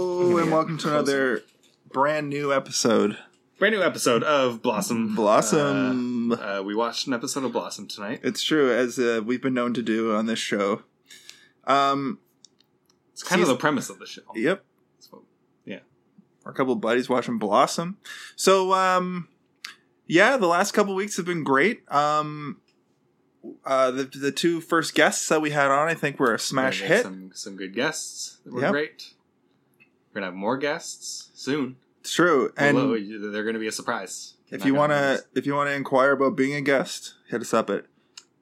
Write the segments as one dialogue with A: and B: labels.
A: welcome to another brand new episode.
B: Brand new episode of Blossom.
A: Blossom.
B: Uh, uh, we watched an episode of Blossom tonight.
A: It's true, as uh, we've been known to do on this show. Um,
B: It's kind of
A: Season-
B: the premise of the show.
A: yep,
B: So,
A: our couple of buddies watching Blossom. So, um, yeah, the last couple weeks have been great. Um, uh, the the two first guests that we had on, I think, were a smash
B: we're gonna get
A: hit.
B: Some, some good guests that were
A: Yep.
B: great. We're going to have more guests soon.
A: It's true, and
B: Although, you- they're going to be a surprise. You're
A: if
B: not
A: you
B: gonna
A: want
B: know
A: to
B: this.
A: if you want to inquire about being a guest, hit us up at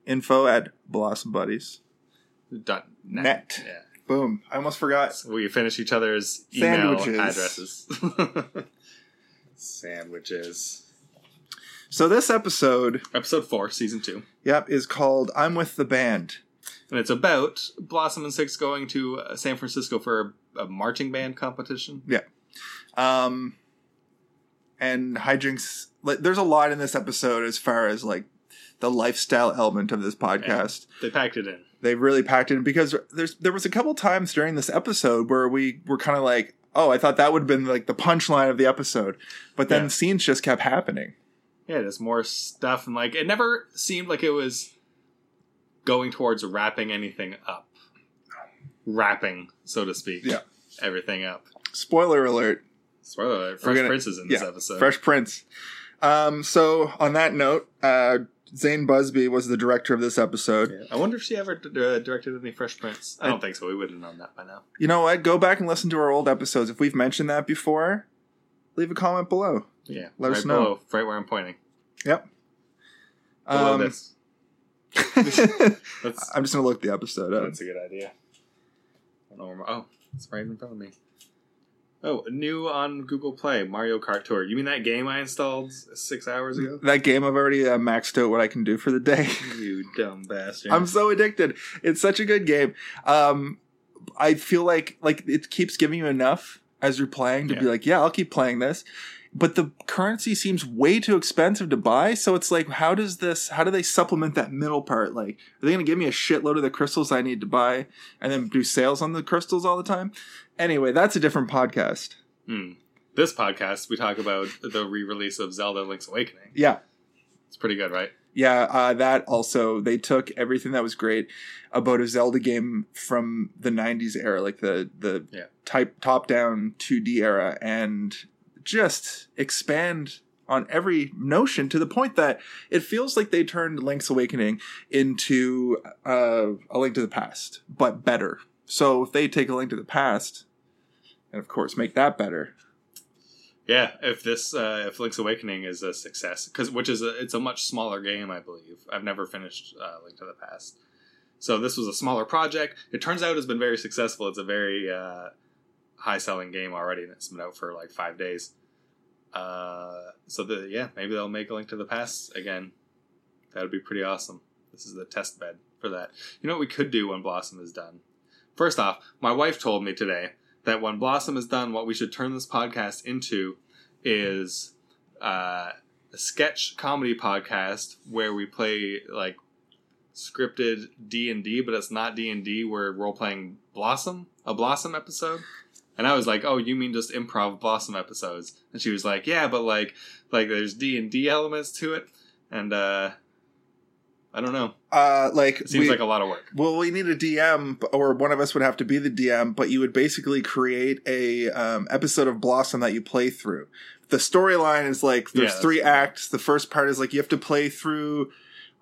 A: info at Blossom Buddies.
B: Dot net.
A: Net.
B: Yeah.
A: Boom! I almost forgot.
B: So we finish each other's
A: Sandwiches.
B: email addresses. Sandwiches.
A: So this episode,
B: Episode 4, Season 2.
A: yep, is called "I'm with the Band."
B: And it's about Blossom and Six going to uh, San Francisco for a, a marching band competition.
A: Um, and hijinks. Like, there's a lot in this episode as far as like the lifestyle element of this podcast.
B: They packed it in.
A: They really packed it in because there's there was a couple times during this episode where we were kind of like, oh, I thought that would have been like the punchline of the episode, but then
B: Yeah.
A: scenes just kept happening.
B: Yeah, there's more stuff, and like it never seemed like it was going towards wrapping anything up, wrapping, so to speak.
A: Yeah.
B: everything up.
A: Spoiler alert.
B: Spoiler: alert, Fresh
A: gonna-
B: Prince is in this
A: yeah,
B: episode.
A: Fresh Prince. Um, so on that note, uh, Zane Busby was the director of this episode.
B: Yeah. I wonder if she ever d- uh, directed any Fresh Prince. I don't think so. We would have known that by now.
A: You know what? Go back and listen to our old episodes. If we've mentioned that before, leave a comment below.
B: Yeah,
A: Let
B: right
A: us know.
B: Below, right where I'm pointing. Below
A: Um,
B: this. That's,
A: I'm just gonna look the episode up.
B: that's a good idea. I don't know where my- oh, it's right in front of me. Oh, new on Google Play, Mario Kart Tour. You mean that game I installed six hours ago?
A: That game, I've already uh, maxed out what I can do for the day.
B: You dumb bastard.
A: I'm so addicted. It's such a good game. Um, I feel like like it keeps giving you enough as you're playing to be
B: Yeah.
A: like, yeah, I'll keep playing this. But the currency seems way too expensive to buy, so it's like, how does this? How do they supplement that middle part? Like, are they going to give me a shitload of the crystals I need to buy, and then do sales on the crystals all the time? Anyway, that's a different podcast.
B: Hmm. This podcast, we talk about the re release of Zelda Link's Awakening.
A: Yeah,
B: It's pretty good, right?
A: Yeah, uh, that also they took everything that was great about a Zelda game from the '90s era, like the the
B: Yeah.
A: type top-down 2D era, and just expand on every notion to the point that it feels like they turned Link's Awakening into uh, a Link to the Past, but better. So if they take a Link to the Past, and of course make that better,
B: Yeah, if this, uh, if Link's Awakening is a success, because which is a, it's a much smaller game, I believe. I've never finished uh, Link to the Past, so this was a smaller project. It turns out it's been very successful. It's a very uh, high selling game already, and it's been out for like five days. Uh, so the, yeah, maybe they'll make a Link to the Past again. That would be pretty awesome. This is the test bed for that. You know what we could do when Blossom is done? First off, my wife told me today that when Blossom is done, what we should turn this podcast into is uh, a sketch comedy podcast where we play like scripted D and D, but it's not D and D. We're role playing Blossom, a Blossom episode. And I was like, "Oh, you mean just improv Blossom episodes?" And she was like, "Yeah, but like, like there's D and D elements to it, and uh, I don't know.
A: uh, like
B: It seems
A: we-
B: like a lot of work.
A: Well, we need a DM, or one of us would have to be the DM. But you would basically create a um, episode of Blossom that you play through. The storyline is like
B: Yeah,
A: there's
B: that's-
A: three acts. The first part is like you have to play through.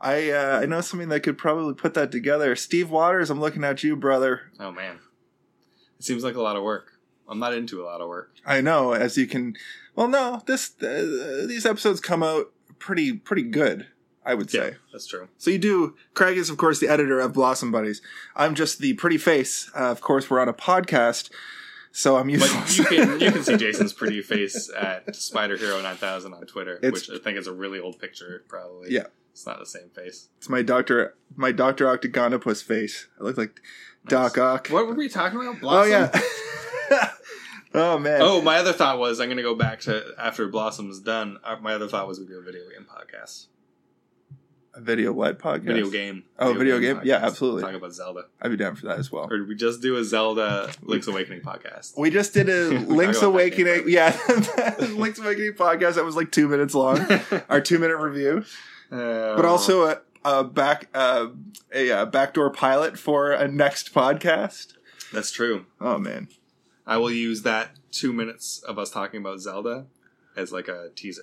A: I uh, I know something that could probably put that together. Steve Waters, I'm looking at you, brother.
B: Oh man, it seems like a lot of work. I'm not into a lot of work.
A: I know, as you can. Well, no, this uh, these episodes come out pretty pretty good. I would say.
B: that's true.
A: So you do. Craig is, of course, the editor of Blossom Buddies. I'm just the pretty face. Uh, of course, we're on a podcast, so I'm
B: But
A: useless.
B: you can you can see Jason's pretty face at Spider Hero Nine Thousand on Twitter,
A: It's-
B: which I think is a really old picture. Probably,
A: Yeah.
B: it's not the same face.
A: it's my doctor, my Doctor Octagonopus face. I look like Doc Ock.
B: What were we talking about?
A: Oh
B: Blossom?
A: yeah. oh man.
B: Oh, my other thought was I'm going to go back to after Blossom's done. uh, My other thought was we do a video game podcast.
A: A video what podcast?
B: Video game.
A: Oh, video game? Yeah, absolutely.
B: Talk about Zelda.
A: I'd be down for that as well.
B: Or did we just do a Zelda Link's Awakening podcast?
A: We just did a
B: We're talking
A: Link's
B: about that
A: Awakening.
B: game.
A: Yeah, Link's Awakening podcast that was like two minutes long. Our two minute review, but
B: Oh,
A: also a, a back uh, a, uh backdoor pilot for a next podcast.
B: that's true.
A: Oh man,
B: I will use that two minutes of us talking about Zelda as like a teaser.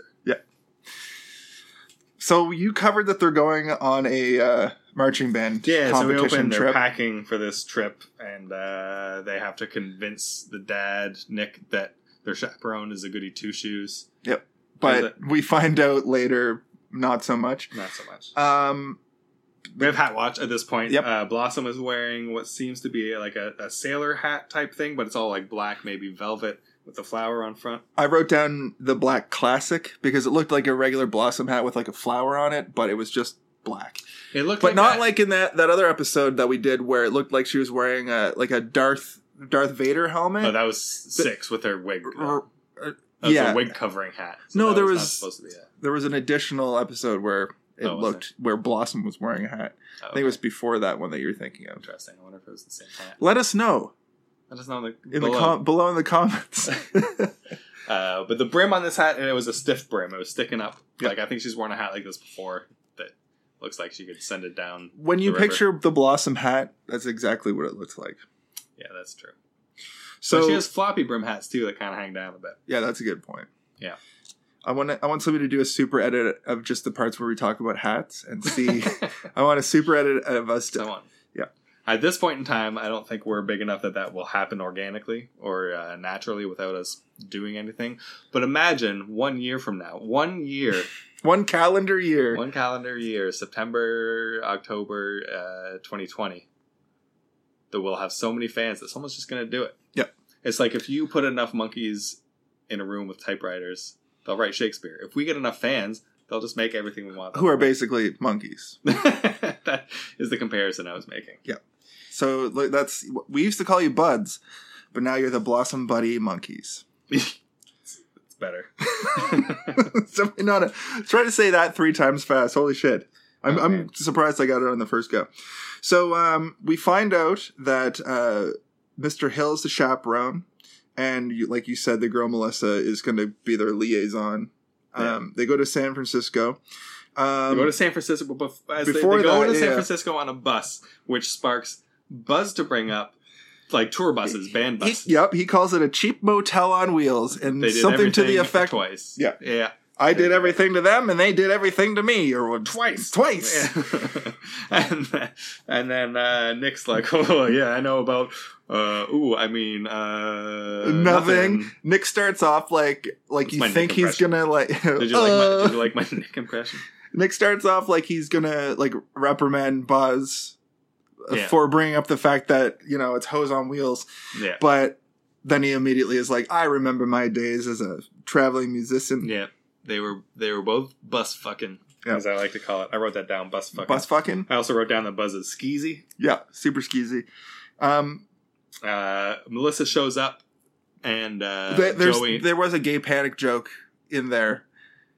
A: so you covered that they're going on a uh, marching band
B: Yeah, so we
A: competition
B: open. They're
A: trip.
B: packing for this trip, and uh, they have to convince the dad Nick that their chaperone is a goody two shoes.
A: but we find out later, not so much.
B: Not so much.
A: Um,
B: We have hat watch at this point.
A: Yep.
B: Uh, Blossom is wearing what seems to be like a, a sailor hat type thing, but it's all like black, maybe velvet with the flower on front.
A: I wrote down the black classic because it looked like a regular blossom hat with like a flower on it, but it was just black.
B: It looked,
A: but
B: like
A: not
B: that-
A: like in that that other episode that we did where it looked like she was wearing a like a Darth Darth Vader helmet.
B: Oh, that was six with her wig. though.
A: Or-
B: That was
A: yeah.
B: a wig covering hat.
A: No,
B: that
A: there
B: not
A: was-
B: supposed to be oh, that.
A: there was an additional episode where it
B: Oh, was
A: looked where Blossom was wearing a hat.
B: Oh,
A: I think it was before that one that you're thinking of.
B: interesting. I wonder if it was the same hat.
A: Let us know
B: I just know the,
A: in the
B: below.
A: com- below in the comments.
B: Uh, but the brim on this hat, and it was a stiff brim. It was sticking up. Like I think she's worn a hat like this before that looks like she could send it down.
A: when you
B: The river.
A: picture the Blossom hat, that's exactly what it looks like.
B: Yeah, that's true. So
A: So
B: she has floppy brim hats too that kind of hang down a bit.
A: yeah, that's a good point.
B: Yeah.
A: I want to, I want somebody to do a super edit of just the parts where we talk about hats and see. I want a super edit of us.
B: so on.
A: Yeah.
B: At this point in time, I don't think we're big enough that that will happen organically or uh, naturally without us doing anything. But imagine one year from now, one year,
A: one calendar year.
B: one calendar year, September, October, uh, 2020, that we'll have so many fans that someone's just going to do it.
A: Yep.
B: It's like if you put enough monkeys in a room with typewriters, they'll write Shakespeare. If we get enough fans, they'll just make everything we want.
A: who are basically monkeys.
B: that is the comparison I was making.
A: So like, that's we used to call you buds, but now you're the blossom buddy monkeys.
B: it's better.
A: Something on it. Try to say that three times fast. Holy shit! I'm,
B: Okay.
A: I'm surprised I got it on the first go. So um, we find out that uh, Mr. Hill is the chaperone, and you, like you said, the girl Melissa is going to be their liaison. Um, they go to San Francisco.
B: they
A: Um,
B: go to San Francisco, but bef- as they-
A: before
B: they, go
A: that,
B: to San
A: yeah.
B: Francisco on a bus, which sparks buzz to bring up like tour buses, band
A: he,
B: buses.
A: yep, he calls it a cheap motel on wheels, and
B: They did
A: something to the
B: everything
A: effect
B: twice.
A: Yeah.
B: yeah,
A: I did everything to them, and they did everything to me, or twice, twice.
B: Yeah. and then, and then uh, Nick's like, "Oh yeah, I know about. Uh, ooh, I mean, uh,
A: Nothing. Nick starts off like like
B: It's
A: you
B: my Nick
A: think he's
B: impression.
A: gonna like.
B: Did you like my?
A: uh,
B: Did you like my Nick impression?
A: Nick starts off like he's gonna like reprimand Buzz uh,
B: Yeah.
A: for bringing up the fact that you know it's hose on wheels,
B: Yeah,
A: but then he immediately is like, "I remember my days as a traveling musician."
B: yeah. They were they were both bus fucking,
A: Yeah.
B: as I like to call it. I wrote that down. Bus fucking.
A: Bus fucking,
B: I also wrote down the buzz is skeezy.
A: yeah, super skeezy. Um,
B: uh, Melissa shows up, and uh,
A: there- there's
B: Joey.
A: there was a gay panic joke in there.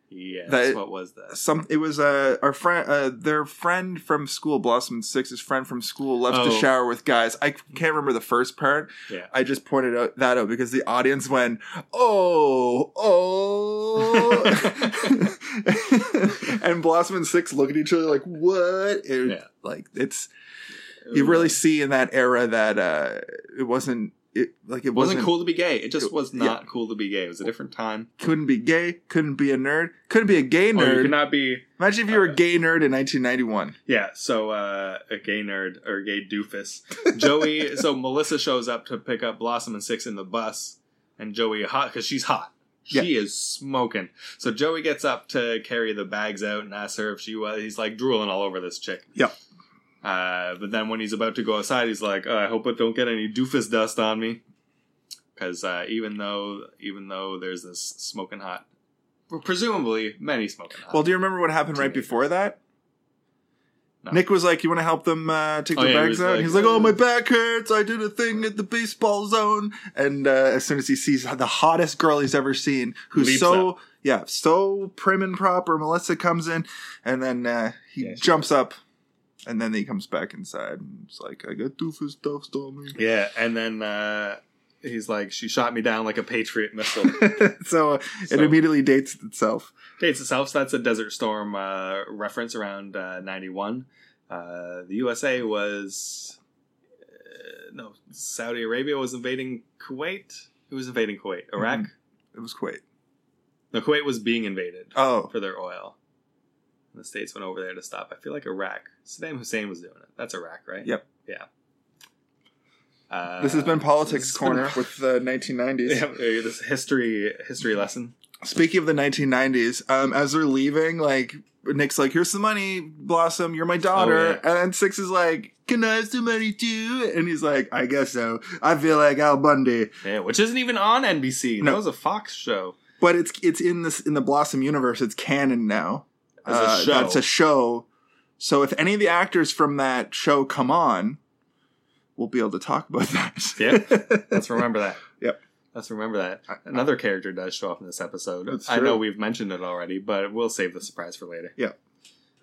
B: yes,
A: that-
B: what was that?
A: some it was uh, our friend uh, their friend from school blossom and six's friend from school left the
B: Oh.
A: shower with guys i can't remember the first part
B: Yeah.
A: i just pointed out that out because the audience went oh oh and blossom and six look at each other like what It-
B: Yeah.
A: like it's you really see in that era that uh it wasn't it like it
B: It wasn't
A: wasn't,
B: cool to be gay. It just
A: it-
B: was not cool to be gay. It was a different time.
A: couldn't be gay couldn't be a nerd couldn't be a gay
B: Or Oh, you
A: nerd
B: could not be.
A: imagine if you were
B: uh,
A: a gay nerd in 1991
B: Yeah, so uh, a gay nerd or a gay doofus. Joey. So Melissa shows up to pick up Blossom and Six in the bus, and Joey hot because she's hot. She is smoking. So Joey gets up to carry the bags out and asks her if she was. He's like drooling all over this chick.
A: Yep.
B: Uh, but then when he's about to go outside, he's like, oh, "I hope it don't get any doofus dust on me," because uh, even though even though there's this smoking hot, well, presumably many smoking hot.
A: Well, do you remember what happened right
B: Teenagers.
A: before that?
B: No.
A: Nick was like, "You want to help them uh, take
B: Oh,
A: their
B: yeah, he
A: bags
B: was
A: out?"
B: like,
A: He's like, "Oh,
B: uh,
A: my back hurts. I did a thing at the baseball zone." And uh, as soon as he sees the hottest girl he's ever seen, who's
B: Leaps
A: so yeah, so prim and proper, Melissa comes in, and then uh, he
B: Yeah, she
A: jumps up, and then he comes back inside and it's like, "I got doofus stuff stolen."
B: Yeah, and then uh, he's like, she shot me down like a Patriot missile.
A: so, uh, it
B: So-
A: immediately dates itself.
B: Dates itself, so that's a Desert Storm uh, reference around uh, 91. Uh, the USA was. Uh, no, Saudi Arabia was invading Kuwait. Who was invading Kuwait?
A: Mm-hmm.
B: Iraq?
A: It was Kuwait.
B: No, Kuwait was being invaded
A: Oh,
B: for their oil. And the States went over there to stop. I feel like Iraq. Saddam Hussein was doing it. That's Iraq, right?
A: Yep.
B: Yeah. Uh,
A: this has been
B: this
A: politics
B: has
A: corner
B: been-
A: with the 1990s.
B: Yeah, uh, this history history lesson.
A: Speaking of the 1990s, um, as they're leaving, like Nick's like, "Here's some money, Blossom. You're my daughter,"
B: Oh, yeah.
A: and then Six is like, "Can I have some money too?" And he's like, "I guess so. I feel like Al Bundy,
B: Yeah, which isn't even on NBC.
A: No.
B: That was a Fox show.
A: but it's it's in this in the Blossom universe. It's canon now.
B: As a
A: Uh,
B: show.
A: That's a show. So if any of the actors from that show come on, we'll be able to talk about that.
B: Yep. Let's remember that.
A: Yep.
B: Let's remember that. Another character does show up in this episode.
A: That's
B: I
A: true.
B: know we've mentioned it already, but we'll save the surprise for later.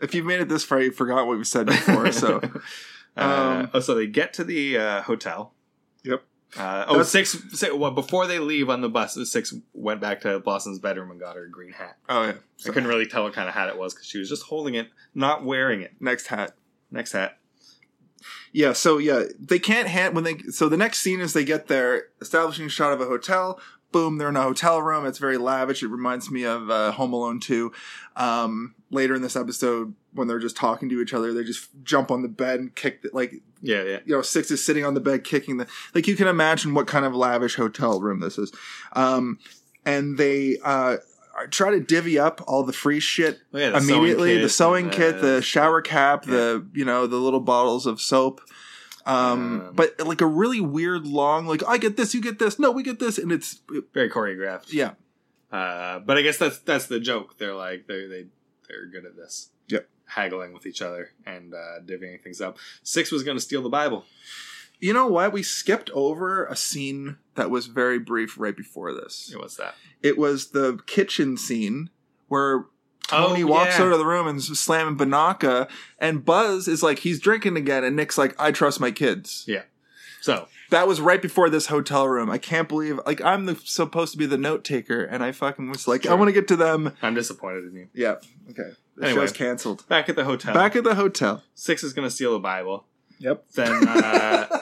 A: if you've made it this far, you forgot what we said before. So
B: Uh,
A: Um,
B: oh, so they get to the uh, hotel.
A: Yep.
B: Uh, oh,
A: That's-
B: six. six well, before they leave on the bus, six went back to Blossom's bedroom and got her green hat.
A: oh yeah,
B: I couldn't really tell what kind of hat it was because she was just holding it, not wearing it.
A: next hat.
B: Next hat.
A: Yeah, so yeah, they can't hand when they so the next scene is they get there, establishing shot of a hotel. Boom, they're in a hotel room. It's very lavish. It reminds me of uh, Home Alone 2. Um, later in this episode, when they're just talking to each other, they just jump on the bed and kick the, like
B: Yeah, yeah.
A: you know Six is sitting on the bed kicking the like you can imagine what kind of lavish hotel room this is. Um, and they uh, try to divvy up all the free shit
B: Oh, yeah
A: immediately the sewing
B: and uh,
A: kit the shower cap the you know the little bottles of soap um,
B: Um,
A: but like a really weird long like i get this you get this no we get this and it's
B: very choreographed.
A: yeah
B: Uh, but I guess that's that's the joke. They're like they they they're good at this.
A: Yep.
B: Haggling with each other and uh, divvying things up. Six was going to steal the Bible.
A: you know what we skipped over a scene that was very brief right before this
B: Yeah, What's that?
A: it was the kitchen scene where
B: Oh,
A: Tony walks
B: yeah.
A: out of the room and is slamming Banaka, and Buzz is like, he's drinking again, and Nick's like, I trust my kids.
B: So
A: That was right before this hotel room. I can't believe like I'm the, supposed to be the note taker, and I fucking was like, I
B: Sure.
A: want to get to them.
B: I'm disappointed in you.
A: Yeah. Okay. The
B: Anyway.
A: show's canceled.
B: Back at the hotel.
A: Back at the hotel.
B: Six is going to steal the Bible.
A: Yep.
B: Then uh,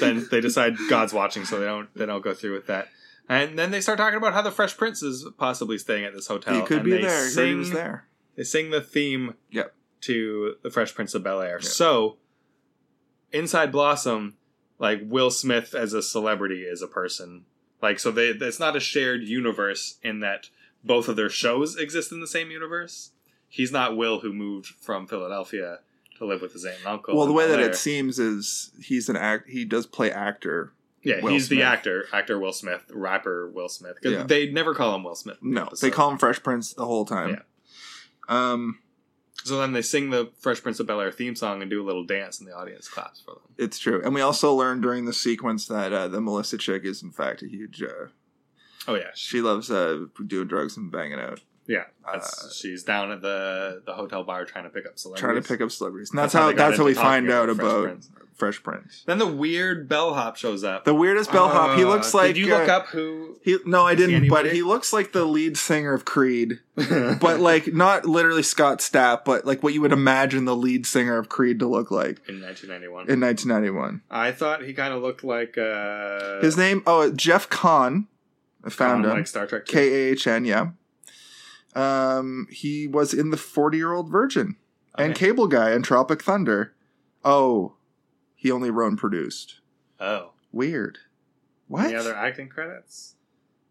B: then they decide God's watching, so they don't they don't go through with that. And then they start talking about how the Fresh Prince is possibly staying at this hotel.
A: he could
B: and
A: be
B: they
A: there. he
B: sing-
A: was there.
B: They sing the theme
A: Yep.
B: to the Fresh Prince of Bel Air.
A: Yeah.
B: So, inside Blossom, like Will Smith as a celebrity is a person. Like so, they it's not a shared universe in that both of their shows exist in the same universe. He's not Will who moved from Philadelphia to live with his aunt and uncle.
A: Well, the
B: in
A: way
B: Bel
A: that
B: Air.
A: it seems is he's an act. He does play actor.
B: yeah,
A: Will
B: he's the
A: Smith.
B: actor, actor Will Smith, rapper Will Smith. 'Cause
A: Yeah.
B: They never call him Will Smith. in the
A: No, they
B: episode.
A: call him Fresh Prince the whole time. Um,
B: So then they sing the Fresh Prince of Bel Air theme song and do a little dance, and the audience claps for them.
A: it's true. And we also learned during the sequence that uh, the Melissa chick is in fact a huge. Uh,
B: Oh yeah,
A: she loves uh, doing drugs and banging out.
B: Yeah,
A: Uh,
B: that's- she's down at the the hotel bar trying to pick up celebrities.
A: trying to pick up celebrities. And
B: That's
A: that's,
B: how
A: how,
B: they got
A: that's how
B: into
A: we
B: Talking
A: find
B: About
A: out
B: Fresh
A: about
B: Prince.
A: Fresh Prince.
B: Then the weird bellhop shows up.
A: The weirdest bellhop. he
B: Uh,
A: looks like.
B: Did you look
A: uh,
B: up who?
A: He, no, I
B: Is he
A: didn't. but
B: anybody?
A: he looks like the lead singer of Creed, but like not literally Scott Stapp, but like what you would imagine the lead singer of Creed to look like
B: in 1991,
A: in 1991.
B: I thought he kind of looked like uh,
A: His name, oh, Jeff Kahn. I found
B: kinda
A: him.
B: like Star Trek.
A: K A H N, yeah. Um, he was in the Forty Year Old Virgin and
B: Okay.
A: Cable Guy and Tropic Thunder. Oh, he only wrote and produced.
B: oh,
A: Weird. What?
B: any other acting credits?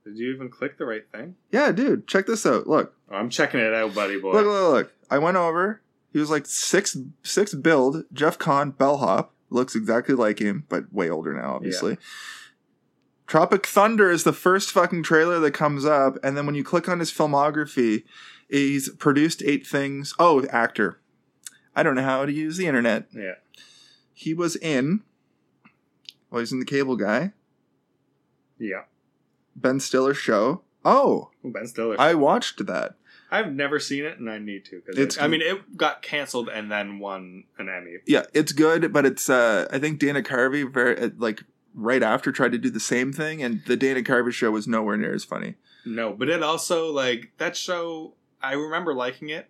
B: Did you even click the right thing?
A: yeah, dude, check this out. Look.
B: Oh, I'm checking it out, buddy boy.
A: Look, look, look. I went over. He was like six, six build. Jeff Kahn, bellhop, looks exactly like him, but way older now, obviously. Tropic Thunder is the first fucking trailer that comes up, and then when you click on his filmography, he's produced eight things. Oh, actor, I don't know how to use the internet.
B: Yeah.
A: He was in. Well, he's in the Cable Guy,
B: Yeah.
A: Ben Stiller show. Oh,
B: Ooh, Ben Stiller. I,
A: I watched that.
B: have never seen it, and I need to. Cause
A: It's-
B: it- I mean, it got canceled and then won an Emmy.
A: Yeah, it's good, but it's. uh I think Dana Carvey very uh, like right after tried to do the same thing, and the Dana Carvey show was nowhere near as funny.
B: No, but it also like that show. I remember liking it.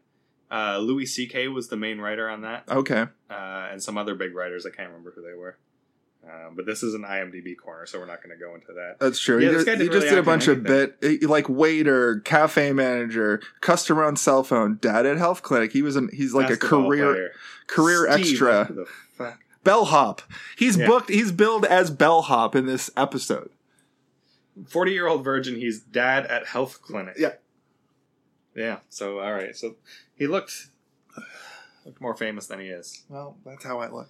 B: Uh, Louis C.K. was the main writer on that,
A: Okay,
B: uh, and some other big writers. I can't remember who they were. Um, but this is an IMDb corner, so we're not going to go into that.
A: that's true.
B: Yeah,
A: he
B: this
A: just,
B: guy
A: he
B: didn't
A: just
B: really
A: did a
B: act in
A: bunch of
B: anything.
A: bit eh, like waiter, cafe manager, customer on cell phone, dad at health clinic. He was an he's like
B: Basketball
A: a career
B: player.
A: career
B: Steve,
A: extra
B: who the fuck?
A: bellhop. He's
B: Yeah.
A: booked. He's billed as bellhop in this episode.
B: Forty-year-old virgin. He's dad at health clinic.
A: Yeah.
B: Yeah. So all right. So he looked looked more famous than he is.
A: Well, that's how I look.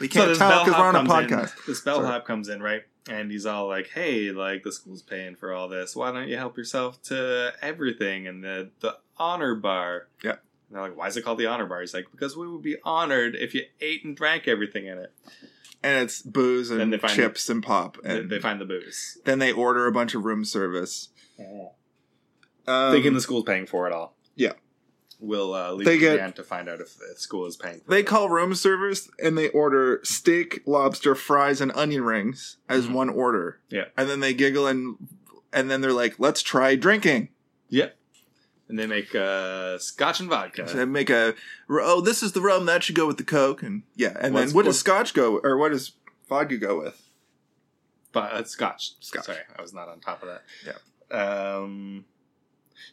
A: We
B: So
A: can't
B: this
A: tell because
B: bellhop
A: we're on a
B: comes in-
A: podcast.
B: This bellhop comes in, right? And he's all like, "Hey, like the school's paying for all this. Why don't you help yourself to everything and the the honor bar?"
A: Yeah.
B: And they're like, "Why is it called the honor bar?" He's like, "Because we would be honored if you ate and drank everything in it."
A: And it's booze
B: Then
A: and
B: they find-
A: chips and pop.
B: They-
A: And
B: they find the booze,
A: then they order a bunch of room service. Um,
B: thinking the school's paying for it all.
A: yeah.
B: We'll uh, leave
A: They
B: it
A: get-
B: to Dan to find out if the school is paying. For
A: they
B: it.
A: call room service and they order steak, lobster, fries, and onion rings as
B: Mhm.
A: one order.
B: Yeah.
A: And then they giggle and and then they're like, "Let's try drinking."
B: Yep. And they make uh, scotch and vodka.
A: So they make a oh, this is the rum that should go with the coke, and yeah. And
B: What's-
A: then what does
B: what-
A: scotch go or what does vodka go with?
B: but uh, scotch.
A: Scotch.
B: Sorry, I was not on top of that.
A: Yeah.
B: Um,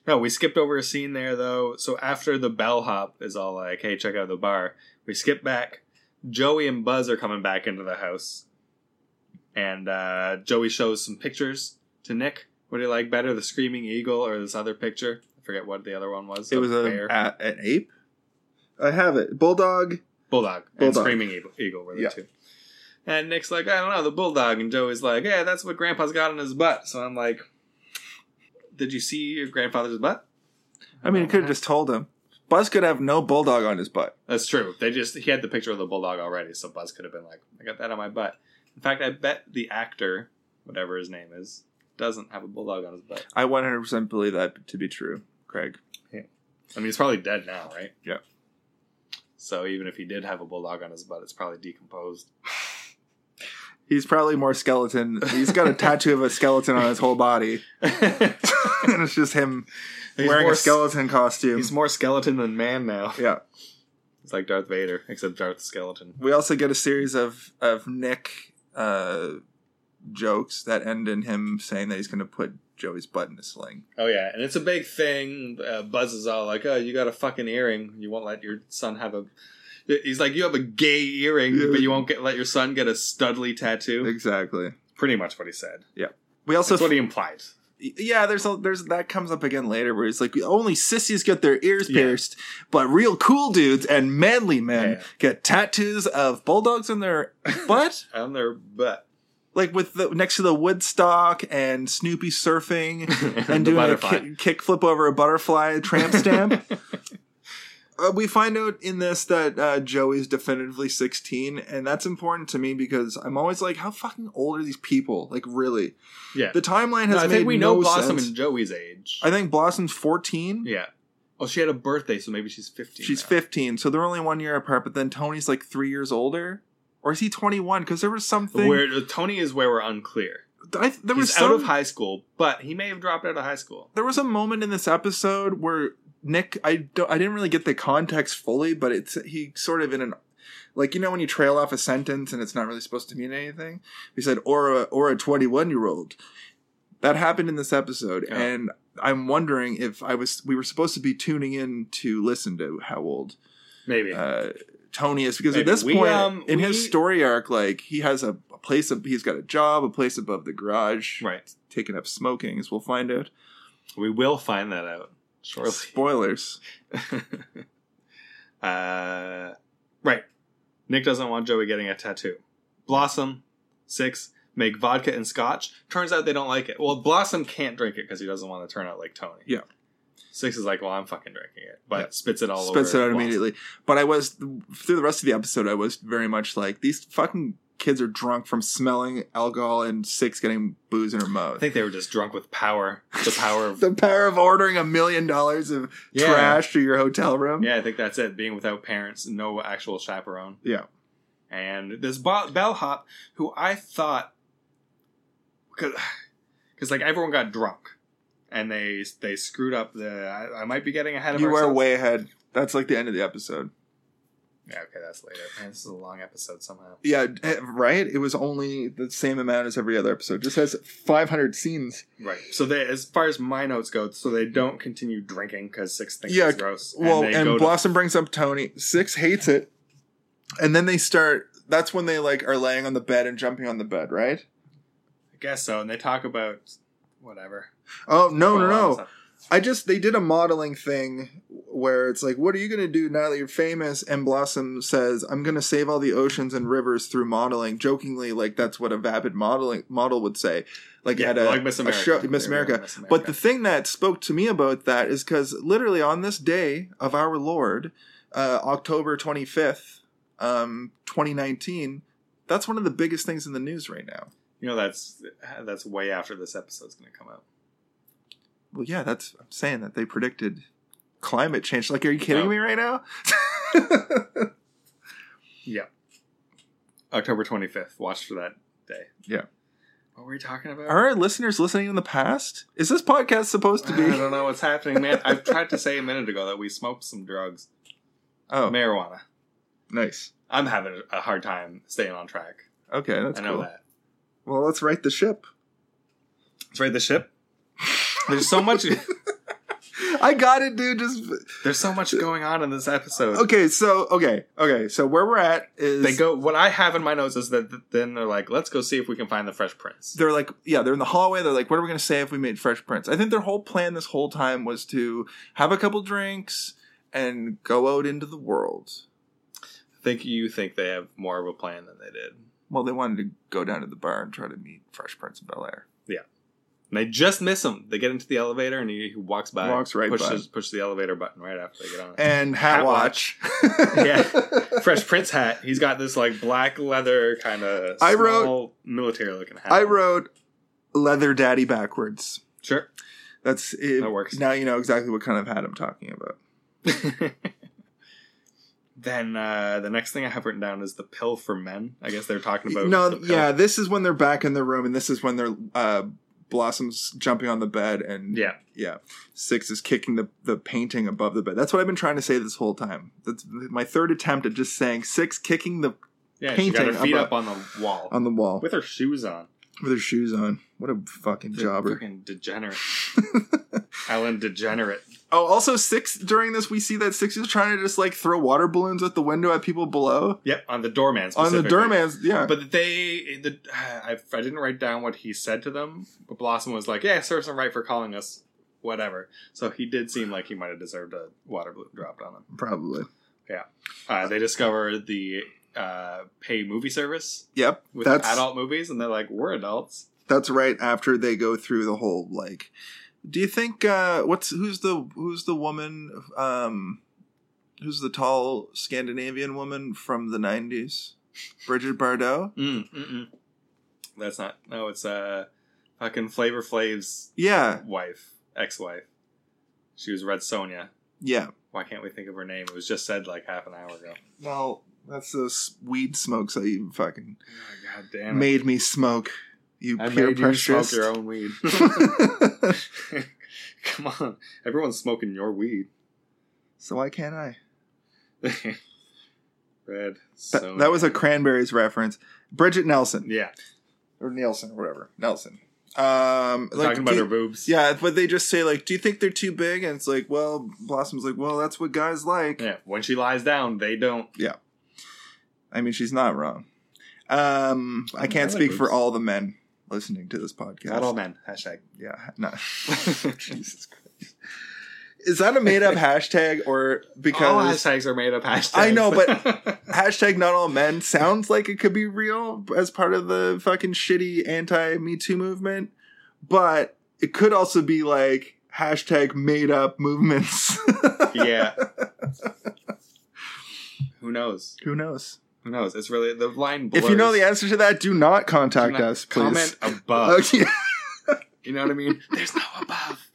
B: no, we skipped over a scene there though. So after the bellhop is all like, "Hey, check out the bar," we skip back. Joey and Buzz are coming back into the house, and uh, Joey shows some pictures to Nick. What do you like better, the screaming eagle or this other picture? I forget what the other one was.
A: It was a,
B: bear.
A: a- an ape. I have it. Bulldog.
B: Bulldog, and
A: Bulldog.
B: Screaming Eagle, Eagle were the
A: Yeah.
B: two. And Nick's like, I don't know, the Bulldog. And Joey's like, yeah, that's what Grandpa's got on his butt. So I'm like, did you see your grandfather's butt?
A: I mean, you could have just told him. Buzz could have no bulldog on his butt.
B: That's true. They just, he had the picture of the Bulldog already. So Buzz could have been like, I got that on my butt. In fact, I bet the actor, whatever his name is, doesn't have a Bulldog on his butt.
A: I 100% believe that to be true, Craig.
B: I mean, he's probably dead now, right?
A: Yeah.
B: So even if he did have a Bulldog on his butt, it's probably decomposed.
A: He's probably more skeleton. He's got a tattoo of a skeleton on his whole body.
B: He's
A: and it's just him wearing
B: more
A: a
B: s-
A: skeleton costume.
B: He's more skeleton than man now.
A: yeah.
B: It's like Darth Vader, except Darth the skeleton.
A: We also get a series of, of Nick uh, jokes that end in him saying that he's going to put Joey's butt in a sling.
B: Oh yeah, and it's a big thing. Uh, Buzz is all like, "Oh, you got a fucking earring. You won't let your son have a." He's like, "You have a gay earring,
A: Yeah.
B: but you won't get let your son get a studly tattoo."
A: Exactly.
B: Pretty much what he said.
A: We also
B: That's what he implied.
A: Yeah, there's a, there's that comes up again later where it's like only sissies get their ears
B: Yeah.
A: pierced, but real cool dudes and manly men
B: Yeah.
A: get tattoos of bulldogs in their butt,
B: On their butt
A: like with the next to the Woodstock and Snoopy surfing
B: and,
A: and
B: the
A: doing a
B: butterfly.
A: kick, kick flip over a butterfly tramp stamp. uh, we find out in this that uh, Joey's definitively 16, and that's important to me because I'm always like, how fucking old are these people? Like, really?
B: yeah,
A: The timeline has
B: no, I
A: made
B: think we know
A: no
B: Blossom
A: sense.
B: and Joey's age.
A: I think Blossom's 14.
B: yeah. Oh, she had a birthday, so maybe she's fifteen.
A: She's
B: now.
A: 15, so they're only one year apart. But then Tony's like three years older, or is he 21? Because there was something.
B: Where Tony is where we're unclear.
A: I, th- there was
B: He's
A: some,
B: out of high school, but he may have dropped out of high school.
A: There was a moment in this episode where Nick, I don't, I didn't really get the context fully, but it's he sort of in an, like you know when you trail off a sentence and it's not really supposed to mean anything. He said or a, or a 21 year old. That happened in this episode,
B: Yeah.
A: and I'm wondering if I was we were supposed to be tuning in to listen to how old
B: Maybe.
A: uh, Tony is because
B: Maybe.
A: at this
B: We,
A: point
B: um,
A: in
B: we-
A: his story arc, like he has a, a place, ab he's got a job, a place above the garage,
B: right.
A: taking up smoking. As we'll find out.
B: We will find that out shortly.
A: Spoilers.
B: uh, right. Nick doesn't want Joey getting a tattoo. Blossom, six, make vodka and scotch. Turns out they don't like it. Well, Blossom can't drink it because he doesn't want to turn out like Tony.
A: Yeah.
B: Six is like, well, I'm fucking drinking it, but spits it all
A: spits
B: over.
A: it out
B: Watson.
A: immediately. But I was through the rest of the episode, I was very much like these fucking kids are drunk from smelling alcohol and six getting booze in her
B: I
A: mouth.
B: think they were just drunk with power. The power of
A: The power of ordering a million dollars of
B: Yeah.
A: trash to your hotel room.
B: yeah, I think that's it. Being without parents, no actual chaperone.
A: Yeah.
B: and this bo- bellhop who I thought, because like everyone got drunk, and they they screwed up the. I, I might be getting ahead of
A: you are
B: ourselves.
A: way ahead. That's like the end of the episode.
B: Yeah, okay, that's later. Man, this is a long episode somehow.
A: Yeah, eh, right. It was only the same amount as every other episode. Just has five hundred scenes.
B: Right. So they, as far as my notes go, so they don't continue drinking because six things
A: Yeah,
B: is gross.
A: well,
B: they
A: and,
B: go to-
A: Blossom brings up Tony. Six hates it, and then they start. That's when they like are laying on the bed and jumping on the bed, right?
B: I guess so. And they talk about whatever.
A: Oh no,
B: Well,
A: no, no!
B: that's not-
A: I just they did a modeling thing where it's like, what are you going to do now that you're famous? And Blossom says, I'm going to save all the oceans and rivers through modeling. Jokingly, like that's what a vapid modeling model would say, like
B: Yeah,
A: at a,
B: like Miss
A: a
B: America.
A: show, Miss
B: They were on
A: America.
B: Miss
A: But the thing that spoke to me about that is because literally on this day of our Lord, uh, October 25th, um, 2019, that's one of the biggest things in the news right now.
B: you know that's that's way after this episode's going to come out.
A: Well, yeah, that's I'm saying that they predicted climate change. Like, are you kidding
B: Oh.
A: me right now?
B: October twenty fifth. Watch for that day.
A: Yeah.
B: What were we talking about?
A: Are our listeners listening in the past? Is this podcast supposed to
B: I
A: be?
B: don't know what's happening, man. I tried to say a minute ago that we smoked some drugs,
A: Oh,
B: marijuana.
A: nice.
B: I'm having a hard time staying on track.
A: Okay, that's
B: I know
A: cool.
B: that.
A: Well, let's right the ship.
B: It's right. The ship. There's so much.
A: I got it, dude. Just
B: There's so much going on in this episode.
A: okay. So okay, okay. So where we're at is
B: They go. What I have in my notes is that th- then they're like, "Let's go see if we can find the Fresh Prince."
A: they're like yeah they're in the hallway they're like what are we going to say if we made fresh prints i think their whole plan this whole time was to have a couple drinks and go out into the world
B: I think you think they have more of a plan than they did.
A: well they wanted to go down to the bar and try to meet fresh prince of bel air
B: And they just miss him. They get into the elevator and he he walks by,
A: Walks right
B: pushes pushes the elevator button right after they get on. it.
A: and hat,
B: Hat
A: watch,
B: Yeah. Fresh Prince hat. He's got this like black leather kind of
A: I wrote-
B: military looking hat.
A: i wrote leather daddy backwards
B: sure.
A: that's it.
B: That works.
A: now you know exactly what kind of hat i'm talking about
B: then uh, the next thing I have written down is the pill for men. I guess they're talking about
A: no
B: the pill.
A: yeah this is when they're back in the room and this is when they're uh blossoms jumping on the bed and
B: yeah.
A: Yeah. Six is kicking the, the painting above the bed. That's what I've been trying to say this whole time. That's my third attempt at just saying six kicking the
B: Yeah, she got her
A: Painting
B: feet
A: above-
B: up on the wall
A: on the wall with,
B: with her shoes on.
A: her shoes on. What a fucking
B: The
A: jobber.
B: Fucking degenerate. Ellen degenerate.
A: Oh, also six during this we see that six is trying to just like throw water balloons at the window at people below.
B: Yep, on the doorman.
A: On the
B: specifically.
A: doorman's yeah.
B: But they, the, I, I didn't write down what he said to them. But Blossom was like, "Yeah, serves him right for calling us, whatever." So he did seem like he might have deserved a water balloon dropped on him.
A: Probably.
B: Uh, they discover the uh, pay movie service
A: Yep.
B: with
A: That's
B: adult movies, and they're like, "We're adults."
A: that's right after they go through the whole like do you think uh what's who's the who's the woman um who's the tall Scandinavian woman from the 90s? Bridget Bardot?
B: Mm, mm-mm. That's not. No, it's uh, fucking Flavor Flav's
A: Yeah,
B: wife, ex-wife. She was Red Sonia.
A: yeah.
B: Why can't we think of her name? It was just said like half an hour ago.
A: Well, that's those weed smokes that you fucking
B: Oh, God damn it.
A: made me smoke. You
B: I
A: pure
B: made you smoke
A: precious.
B: your own weed. Come on, everyone's smoking your weed.
A: so why can't I?
B: Red.
A: That,
B: so- uh,
A: that was a cranberries reference. Bridget Nelson
B: yeah.
A: or Nielsen or whatever. Nelson. Um like,
B: talking about
A: do-
B: her boobs.
A: Yeah, but they just say like, "Do you think they're too big?" And it's like, "Well, Blossom's like, well, that's what guys like."
B: Yeah. When she lies down, they don't.
A: I mean, she's not wrong. Um, I can't
B: I like
A: speak for
B: boobs.
A: all the men listening to this podcast.
B: Not all men. Hashtag.
A: Yeah, no. Jesus Christ. Is that a made up hashtag or
B: all
A: because
B: hashtags are made up hashtags.
A: I know, but- hashtag not all men sounds like it could be real as part of the fucking shitty anti Me Too movement, but it could also be like hashtag made up movements.
B: yeah. Who knows?
A: Who knows?
B: Who knows? It's really the line. Blurs.
A: If you know the answer to that, do not
B: Do
A: contact
B: not
A: us,
B: comment
A: please.
B: Oh, above.
A: Okay.
B: You know what I mean? There's no above.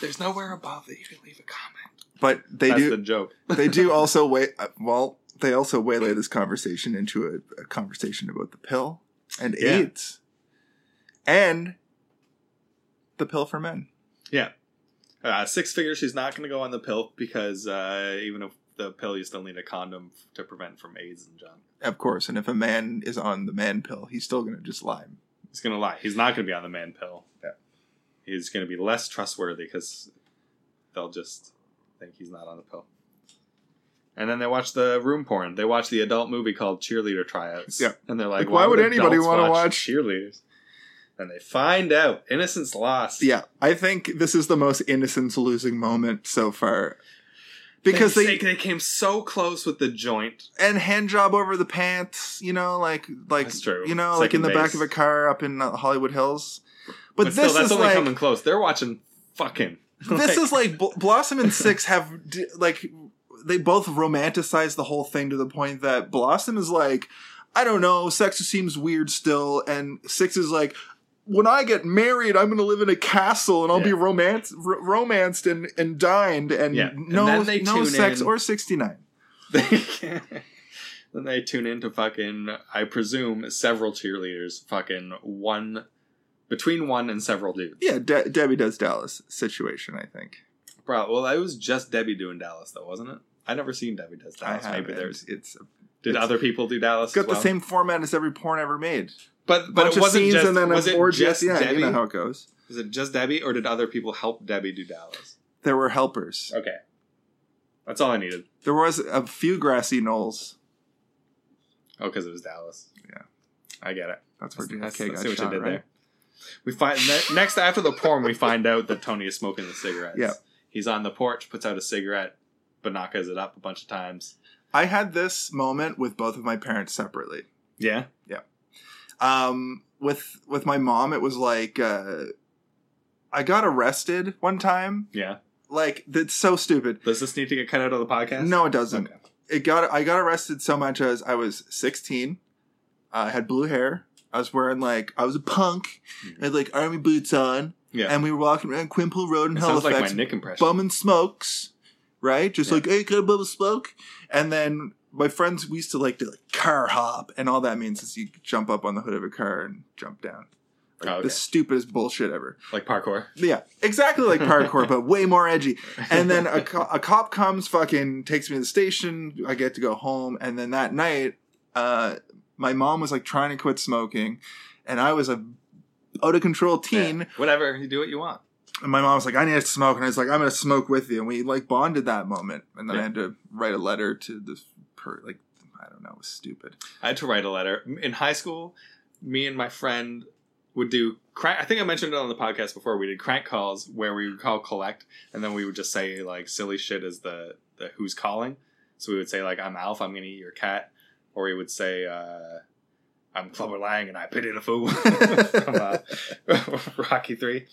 B: There's nowhere above that you can leave a comment.
A: But they
B: That's
A: do.
B: the joke.
A: they do also wait. Well, they also waylay this conversation into a, a conversation about the pill and
B: Yeah.
A: AIDS, and the pill for men.
B: Uh, six figures. She's not going to go on the pill because uh, even if the pill, you still need a condom f- to prevent from AIDS and junk.
A: Of course, and if a man is on the man pill, he's still going to just lie.
B: He's going to lie. He's not going to be on the man pill.
A: Yeah.
B: He's going to be less trustworthy because they'll just think he's not on the pill. And then they watch the room porn. They watch the adult movie called Cheerleader Tryouts.
A: Yeah.
B: And they're like,
A: Like, why would anybody
B: adults
A: wanna watch-
B: cheerleaders? And they find out innocence lost.
A: Yeah, I think this is the most innocence losing moment so far, because
B: they,
A: they
B: they came so close with the joint.
A: and hand job over the pants. You know, like like
B: That's true.
A: you know, like
B: Second
A: in the back
B: base.
A: of a car up in uh, Hollywood Hills. But,
B: But,
A: this
B: still, that's
A: is
B: only
A: like
B: coming close. They're watching fucking.
A: this is like Bl- Blossom and Six have d- like they both romanticize the whole thing to the point that Blossom is like, I don't know, sex seems weird still, and Six is like, when I get married, I'm going to live in a castle and I'll be
B: Yeah.
A: romance r- romanced and and dined and
B: Yeah. And
A: no
B: then they
A: no
B: tune
A: sex
B: in.
A: or sixty nine.
B: then they tune into fucking, I presume, several cheerleaders, fucking one, between one and several dudes.
A: Yeah, De- Debbie does Dallas situation. I think
B: Bro, well, it was just Debbie doing Dallas, though, wasn't it? I never seen Debbie does Dallas.
A: I
B: Maybe
A: haven't.
B: there's.
A: it's
B: Did
A: it's-
B: other people do Dallas?
A: it's got
B: as
A: the
B: well?
A: same format as every porn ever made.
B: but but
A: Bunch
B: it
A: of
B: wasn't
A: scenes
B: just.
A: and then
B: was
A: a
B: it
A: orgy.
B: just
A: yeah,
B: Debbie?
A: you know how it goes.
B: was it just Debbie, or did other people help Debbie do Dallas?
A: There were helpers.
B: Okay, that's all I needed.
A: There was a few grassy knolls.
B: Oh, because it was Dallas.
A: Yeah.
B: I get it.
A: That's where
B: That's-
A: JFK
B: that's-
A: got
B: see what you
A: shot,
B: did
A: right?
B: there. We find ne- next after the porn, we find out that Tony is smoking the cigarettes.
A: Yeah.
B: he's on the porch, puts out a cigarette, Banakas it up a bunch of times.
A: I had this moment with both of my parents separately.
B: Yeah,
A: Um, with with my mom, it was like uh, I got arrested one time.
B: yeah.
A: Like that's so stupid.
B: Does this need to get cut out of the podcast?
A: No, it doesn't.
B: Okay.
A: It got I got arrested so much as I was 16. I had blue hair. I was wearing like I was a punk. I had like army boots on,
B: Hmm. Yeah.
A: and we were walking around Quimple Road in
B: it sounds
A: Halifax.
B: like my Nick impression.
A: bumming smokes, right? Just
B: Yeah.
A: like, hey, can I bum a smoke? And then my friends, we used to like to like car hop, and all that means is you jump up on the hood of a car and jump down. Like,
B: Oh, okay.
A: The stupidest bullshit ever.
B: Like parkour.
A: But yeah, exactly like parkour, but way more edgy. And then a, co- a cop comes, fucking takes me to the station. I get to go home, and then that night, uh, my mom was like trying to quit smoking, and I was a out of control teen.
B: Yeah. Whatever, you do what you want.
A: And my mom was like, I need to smoke. And I was like, I'm going to smoke with you. And we like bonded that moment. And then I
B: Yeah.
A: had to write a letter to this, per, like, I don't know, it was stupid.
B: I had to write a letter in high school. Me and my friend would do crank. I think I mentioned it on the podcast before. We did crank calls where we would call collect, and then we would just say like silly shit as the the who's calling. So we would say like I'm Alf, I'm gonna eat your cat, or we would say uh, I'm Clubber Lang and I pity the fool from uh, Rocky Three.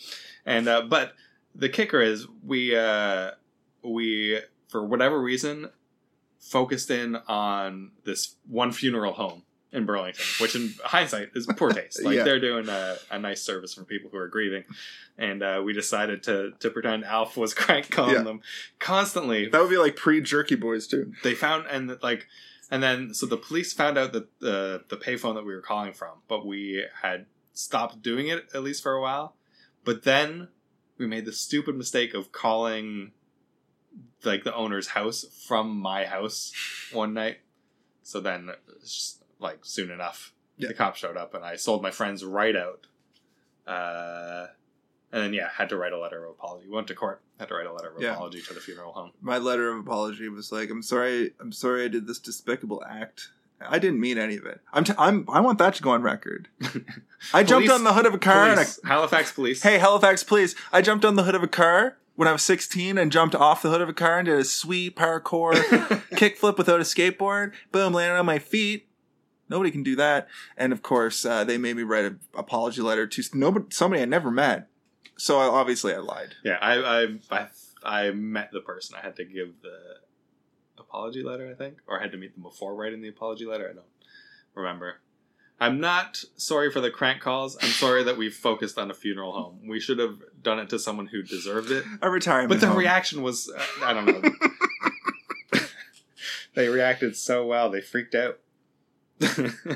B: And uh, but the kicker is we uh, we for whatever reason focused in on this one funeral home in Burlington, which in hindsight is poor taste. Like
A: Yeah.
B: they're doing a, a nice service for people who are grieving, and uh, we decided to to pretend Alf was crank calling
A: Yeah.
B: them constantly.
A: That would be like pre Jerky Boys, too.
B: They found and like. And then, so the police found out that the the payphone that we were calling from, but we had stopped doing it at least for a while. But then we made the stupid mistake of calling like the owner's house from my house one night. So then, s- like soon enough,
A: Yeah.
B: the cop showed up, and I sold my friends right out. Uh, and then yeah, had to write a letter of apology. Went to court, had to write a letter of
A: Yeah.
B: apology to the funeral home.
A: My letter of apology was like, I'm sorry, I'm sorry I did this despicable act. I didn't mean any of it. I'm, t- I'm, I want that to go on record. I jumped
B: Police-
A: on the hood of a car and I
B: Police, Halifax police.
A: Hey, Halifax, please. I jumped on the hood of a car when I was 16 and jumped off the hood of a car and did a sweet parkour kickflip without a skateboard. Boom, landed on my feet. Nobody can do that. And of course, uh, they made me write an apology letter to nobody, somebody I never met. So I, obviously I lied.
B: Yeah, I, I I I met the person. I had to give the apology letter, I think, or I had to meet them before writing the apology letter. I don't remember. I'm not sorry for the crank calls. I'm sorry that we focused on a funeral home. We should have done it to someone who deserved it.
A: A retirement.
B: But the
A: home.
B: reaction was uh, I don't know. they reacted so well. They freaked out.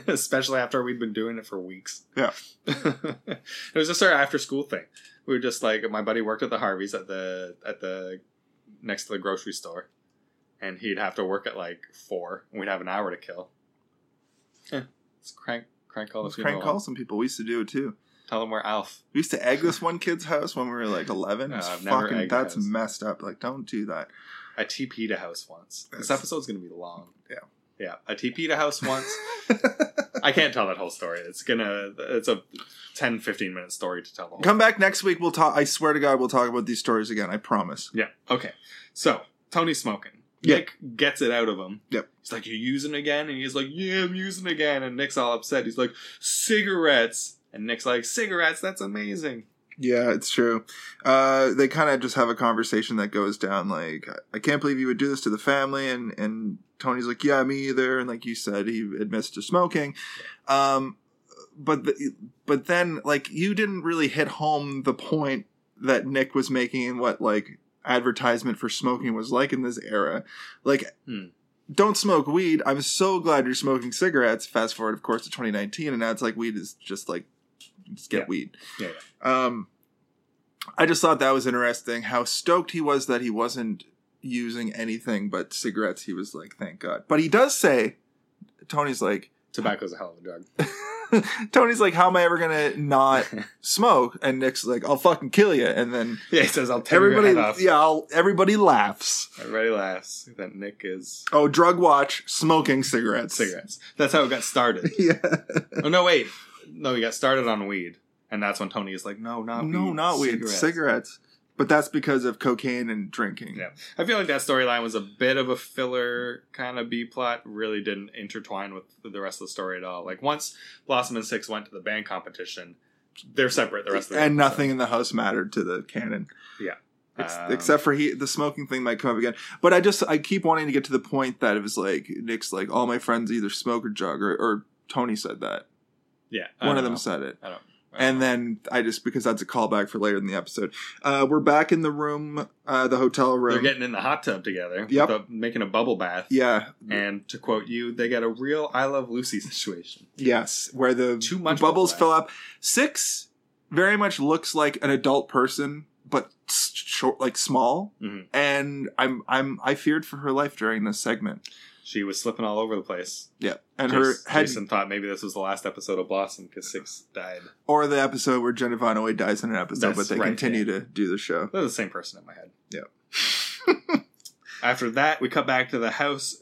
B: Especially after we'd been doing it for weeks.
A: Yeah.
B: it was just our after school thing. We were just like my buddy worked at the Harveys at the at the next to the grocery store. And he'd have to work at like four. and We'd have an hour to kill. Yeah. Let's crank crank all the
A: Let's
B: funeral.
A: crank call some people. We used to do it too.
B: Tell them we're Alf.
A: We used to egg this one kid's house when we were like 11.
B: No,
A: It's
B: I've never
A: fucking,
B: egged
A: that's
B: house.
A: messed up. Like, don't do that.
B: I TP'd a house once. This
A: That's-
B: episode's gonna be long.
A: Yeah.
B: Yeah. I TP'd a house once. I can't tell that whole story. It's gonna it's a 10 15 minute story to tell the whole
A: Come back next week. We'll talk. I swear to God, we'll talk about these stories again. I promise.
B: Yeah. Okay. So Tony's smoking.
A: Yeah.
B: Nick gets it out of him.
A: Yep.
B: He's like, "You using again?" And he's like, "Yeah, I'm using again." And Nick's all upset. He's like, "Cigarettes." And Nick's like, "Cigarettes? That's amazing."
A: Yeah, it's true. Uh, they kind of just have a conversation that goes down like, I can't believe you would do this to the family. And, and Tony's like, yeah, me either. And like you said, he admits to smoking. Um, but, the, but then like you didn't really hit home the point that Nick was making and what like advertisement for smoking was like in this era. Like,
B: Hmm.
A: don't smoke weed. I'm so glad you're smoking cigarettes. Fast forward, of course, to 2019. And now it's like weed is just like, just get
B: Yeah.
A: weed.
B: Yeah.
A: Um, I just thought that was interesting how stoked he was that he wasn't using anything but cigarettes. He was like, thank God. But he does say, Tony's like,
B: Tobacco's a hell of a drug.
A: Tony's like, how am I ever going to not smoke? And Nick's like, I'll fucking kill you. And then
B: yeah, he says, "I'll tear
A: everybody,
B: everybody." Your head off.
A: yeah, I'll, everybody laughs.
B: Everybody laughs that Nick is
A: Oh, drug watch, smoking cigarettes.
B: cigarettes. That's how it got started.
A: Yeah.
B: oh no, wait. No, he got started on weed, and that's when Tony is like, "No, not
A: no,
B: weed,
A: not weed. Cigarettes. But that's because of cocaine and drinking.
B: Yeah. I feel like that storyline was a bit of a filler kind of B plot. Really didn't intertwine with the rest of the story at all. Like once Blossom and Six went to the band competition, they're separate the rest of uh, the
A: and
B: episode.
A: nothing in the house mattered to the canon. Ex-
B: Um,
A: except for he, the smoking thing might come up again. But I just I keep wanting to get to the point that it was like Nick's like all my friends either smoke or jug or, or Tony said that
B: yeah, I
A: one of
B: don't
A: them
B: know.
A: said it,
B: I don't. I don't
A: and
B: know.
A: then I just because that's a callback for later in the episode. Uh, we're back in the room, uh, the hotel
B: they're
A: room.
B: getting in the hot tub together.
A: Yep.
B: with the- making a bubble bath.
A: yeah,
B: And to quote you, they got a real "I Love Lucy" situation.
A: yes, where the
B: Too much
A: bubbles
B: bubble
A: fill up. Six very much looks like an adult person, but s- short, like small.
B: Mhm.
A: And I'm I'm I feared for her life during this segment.
B: She was slipping all over the place.
A: Yeah, and
B: Jas-
A: her head
B: Jason thought maybe this was the last episode of Blossom because Six died.
A: or the episode where Jenna Vonoy dies in an episode,
B: That's
A: but they
B: right,
A: continue to do the show.
B: They're the same person in my head.
A: Yeah.
B: After that, we cut back to the house.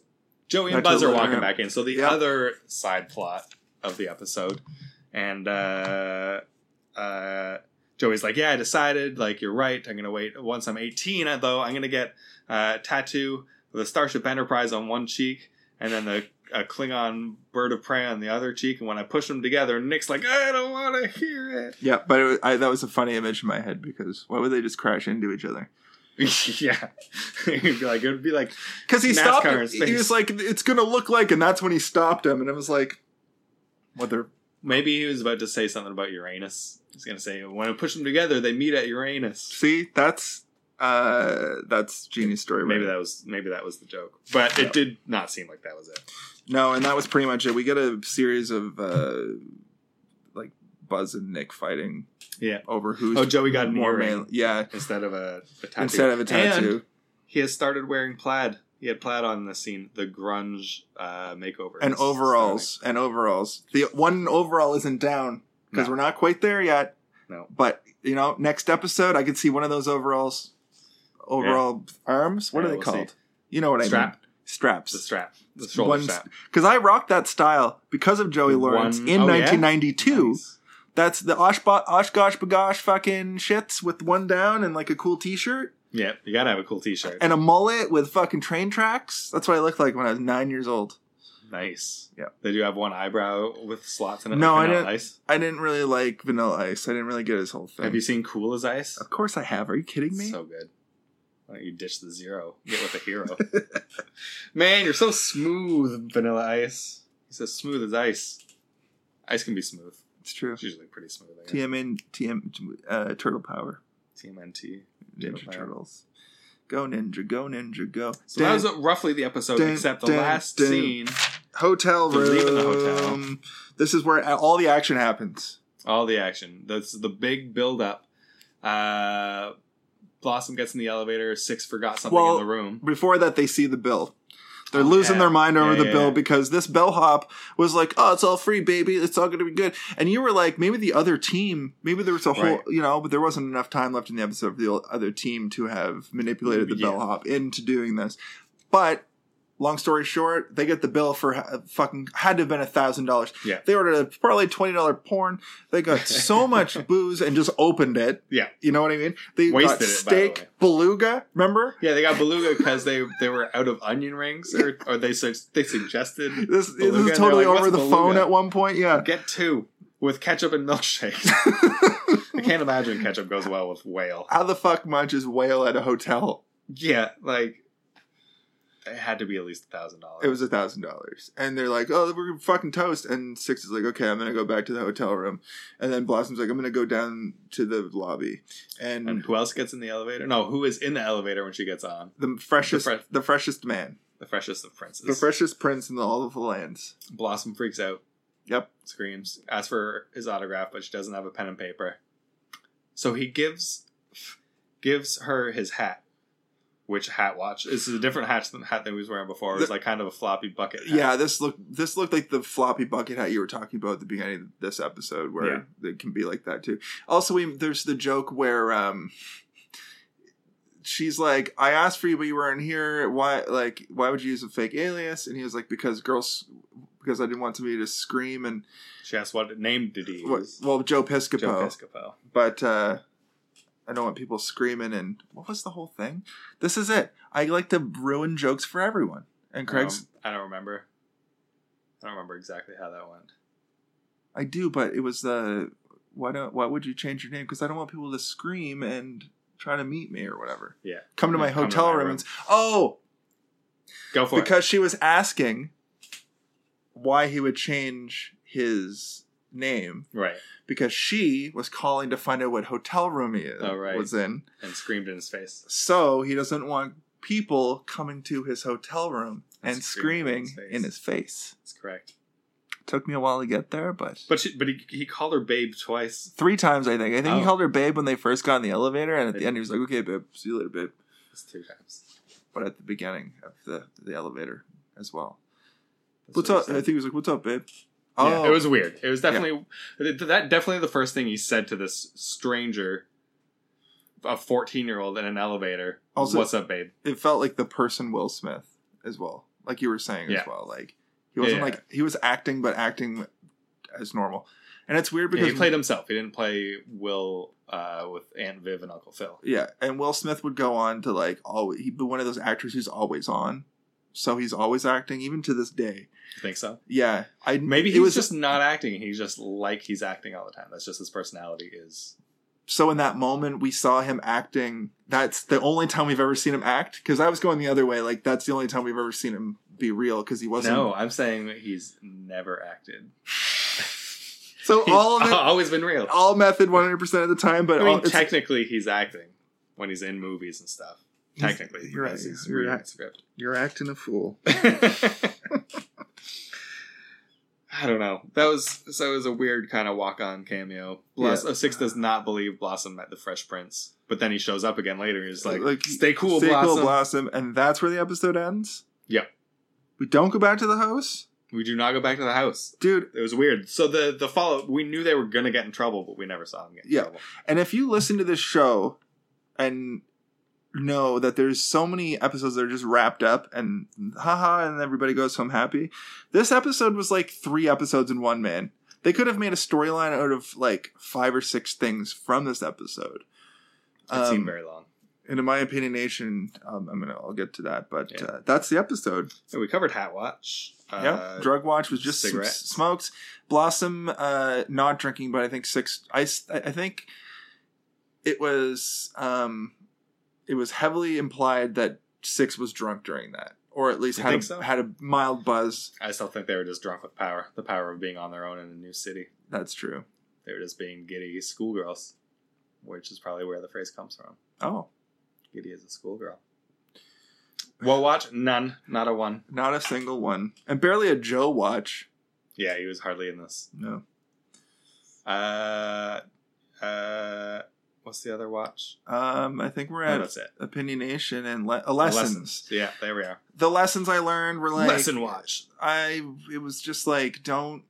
B: Joey and
A: Back to
B: Buzz
A: the
B: are
A: living
B: walking
A: room.
B: back in. So the
A: Yeah.
B: other side plot of the episode, and uh, uh, Joey's like, "Yeah, I decided. Like, you're right. I'm gonna wait. Once I'm 18, uh, though, I'm gonna get uh, a tattoo with a Starship Enterprise on one cheek, and then the a Klingon bird of prey on the other cheek. And when I push them together, Nick's like, "I don't want to hear it."
A: Yeah, but it was, I, that was a funny image in my head because why would they just crash into each other?
B: yeah, It'd be like it would be like
A: Because he
B: NASCAR
A: stopped.
B: in
A: He
B: space.
A: was like, "It's gonna look like," and that's when he stopped him, and I was like, "What? They're
B: Maybe he was about to say something about Uranus. He's gonna say, "When I push them together, they meet at Uranus."
A: see? That's uh, that's genius story.
B: Maybe
A: writing.
B: that was maybe that was the joke, but it did not seem like that was it.
A: No, and that was pretty much it. We get a series of uh, like Buzz and Nick fighting.
B: Yeah.
A: over who's
B: Oh, Joey got an earring.
A: male- Yeah,
B: Instead of a, a tattoo,
A: instead of a tattoo.
B: And he has started wearing plaid. He had plaid on the scene, the grunge uh, makeover,
A: and overalls and overalls. The one overall isn't down because
B: No.
A: we're not quite there yet.
B: No.
A: but you know, next episode I could see one of those overalls, overall arms. What
B: Yeah,
A: are they
B: we'll see.
A: called? You know what I mean?
B: Strap. the
A: Straps.
B: strap, the shoulder
A: One
B: strap.
A: Because I rocked that style because of Joey
B: One-
A: Lawrence in
B: oh, yeah?
A: 1992.
B: Nice.
A: That's the Osh, Bo- Osh Gosh Bagosh fucking shits with one down and like a cool t shirt
B: Yeah, you gotta have a cool T-shirt.
A: and a mullet with fucking train tracks. That's what I looked like when I was nine years old.
B: Nice.
A: Yeah.
B: They do have one eyebrow with slots in it.
A: No,
B: like
A: I
B: Vanilla
A: didn't-
B: Ice.
A: I didn't really like Vanilla Ice. I didn't really get his whole thing.
B: Have you seen Cool as Ice?
A: Of course I have. Are you kidding me?
B: So good. Why don't you ditch the zero? Get with the hero. Man, you're so smooth, Vanilla Ice. He's as smooth as ice. Ice can be smooth.
A: it's true.
B: It's usually pretty smooth. I guess.
A: TMN, TM, uh, Turtle Power,
B: TMNT.
A: Ninja
B: Turtle Power.
A: Turtles. Go Ninja, go Ninja, go.
B: So that was roughly the episode,
A: dun,
B: except the
A: dun,
B: last
A: dun.
B: scene,
A: hotel
B: They're
A: room.
B: leaving the hotel.
A: This is where all the action happens.
B: all the action. That's the big build up. Uh, Blossom gets in the elevator. Six forgot something
A: Well,
B: in the room.
A: Before that, they see the bill. They're
B: Mm-hmm. Oh,
A: losing
B: yeah.
A: their mind over
B: Yeah,
A: the
B: yeah,
A: bill
B: yeah.
A: because this bellhop was like, "Oh, it's all free, baby. It's all going to be good." And you were like, "Maybe the other team. Maybe there was a whole,
B: Right.
A: you know, but there wasn't enough time left in the episode for the other team to have manipulated the
B: Yeah.
A: bellhop into doing this." But long story short, they get the bill for ha- fucking had to have been a thousand dollars.
B: Yeah.
A: they ordered a probably twenty dollar porn. They got so much booze and just opened it.
B: Yeah.
A: you know what I mean. They
B: Wasted it,
A: got
B: by the
A: steak
B: way.
A: beluga. Remember
B: Yeah, they got beluga because they they were out of onion rings, or or they su- they suggested
A: this?
B: Beluga,
A: this
B: and
A: is
B: they're
A: totally
B: like,
A: over the
B: "What's
A: phone
B: beluga?"
A: at one point. Yeah,
B: get two with ketchup and milkshake. I can't imagine ketchup goes well with whale.
A: how the fuck much is whale at a hotel?
B: Yeah, like it had to be at least a thousand dollars.
A: It was a thousand dollars, and they're like, "Oh, we're fucking toast." And Six is like, "Okay, I'm gonna go back to the hotel room," and then Blossom's like, "I'm gonna go down to the lobby," and,
B: And who else gets in the elevator? No, who is in the elevator when she gets on?
A: the freshest,
B: The
A: the,
B: fre-
A: freshest man,
B: The freshest of princes.
A: the freshest prince in all of the lands.
B: Blossom freaks out.
A: Yep.
B: Screams. Asks for his autograph, but she doesn't have a pen and paper. So he gives gives her his hat, which hat watch. This is a different hat than hat that he was wearing before. It was
A: The-
B: like kind of a floppy bucket. Hat.
A: Yeah, this looked this looked like the floppy bucket hat you were talking about at the beginning of this episode, where it can be like that too. Also, we, there's the joke where um, she's like, "I asked for you, but you weren't here. Why? Like, why would you use a fake alias?" And he was like, "Because girls, because I didn't want somebody to scream." And
B: She asks what name did he
A: what,
B: use?
A: well, Joe Piscopo,
B: Joe Piscopo.
A: but uh, I don't want people screaming. And what was the whole thing? This is it. I like to ruin jokes for everyone. And Craig's
B: Um, I don't remember. I don't remember exactly how that went.
A: I do, but it was the why don't why would you change your name? Because I don't want people to scream and try to meet me or whatever.
B: Yeah.
A: Come to my
B: Yeah, come to my
A: hotel room,
B: room.
A: and s- oh,
B: Go for
A: because she was asking why he would change his name
B: it. Right.
A: because she was calling to find out what hotel room he is,
B: Oh, right.
A: was in.
B: And screamed in his face.
A: So he doesn't want people coming to his hotel room
B: And
A: and
B: screaming in
A: screaming
B: his face.
A: in his face.
B: That's correct.
A: Took me a while to get there, but
B: But she, but he, he called her babe twice.
A: three times i think i think he
B: Oh.
A: called her babe when they first got in the elevator and at the end he was like okay babe see you later babe
B: That's two times.
A: but at the beginning of the, the elevator as well
B: That's
A: what's
B: what he
A: up i
B: said.
A: think he was like what's up babe
B: Yeah,
A: oh
B: it was weird. It was definitely th- that. Definitely the first thing he said to this stranger, a fourteen-year-old in an elevator.
A: Also-
B: what's up, babe?
A: it felt like the person will smith as well like you were saying
B: Yeah.
A: as well like he wasn't
B: Yeah.
A: like he was acting but acting as normal and it's weird
B: Yeah,
A: because
B: he played himself. He didn't play Will uh, with Aunt Viv and Uncle Phil.
A: Yeah, and Will Smith would go on to like always. He'd be one of those actors who's always on, so he's always acting, even to this day.
B: You think so?
A: Yeah, I
B: Maybe
A: it
B: he was just not acting. He's just like he's acting all the time. That's just his personality. Is
A: so in that moment we saw him acting that's the only time we've ever seen him act because i was going the other way like that's the only time we've ever seen him be real because he wasn't
B: no. I'm saying that he's never acted.
A: so
B: He's
A: all of it
B: always been real.
A: all method 100% of the time but
B: Oh. I mean,
A: all, it's-
B: technically, he's acting when he's in movies and stuff.
A: He's-
B: Technically,
A: you're right,
B: because he's
A: you're
B: reading
A: right.
B: the script.
A: you're acting a fool
B: I don't know. That was so. It was a weird kind of walk-on cameo. Bloss-
A: Yeah.
B: uh, Six does not believe Blossom met the Fresh Prince, but then he shows up again later. He's like,
A: Like,
B: "Stay cool,
A: Stay
B: Blossom."
A: cool, blossom and that's where the episode ends
B: Yep.
A: we don't go back to the house
B: we do not go back to the house.
A: dude
B: It was weird. So the the follow, we knew they were gonna get in trouble, but we never saw them get in
A: Yeah.
B: trouble.
A: and if you listen to this show and know that there's so many episodes that are just wrapped up and haha and everybody goes home happy this episode was like three episodes in one man they could have made a storyline out of like five or six things from this episode
B: It seemed
A: Um,
B: very long.
A: and in my opinionation um, i'm gonna i'll get to that but
B: Yeah.
A: uh, that's the episode
B: So we covered Hat Watch.
A: yeah, Drug Watch was just some
B: Uh, cigarette.
A: s- smokes. Blossom, uh, not drinking, but I think six. I, s- I think it was um, it was heavily implied that six was drunk during that, or at least
B: You
A: had a,
B: think so?
A: had a mild buzz.
B: I still think they were just drunk with power, the power of being on their own in a new city.
A: That's true.
B: They were just being giddy schoolgirls, which is probably where the phrase comes from.
A: Oh,
B: Giddy as a schoolgirl. Well, watch none, not a one.
A: not a single one, and barely a Joe watch.
B: Yeah, he was hardly in this.
A: No,
B: Uh, uh, what's the other watch?
A: um, I think we're
B: No,
A: at
B: that's it.
A: opinionation and le- uh, lessons.
B: Yeah, there we are.
A: The lessons I learned were like
B: Lesson watch.
A: I it was just like don't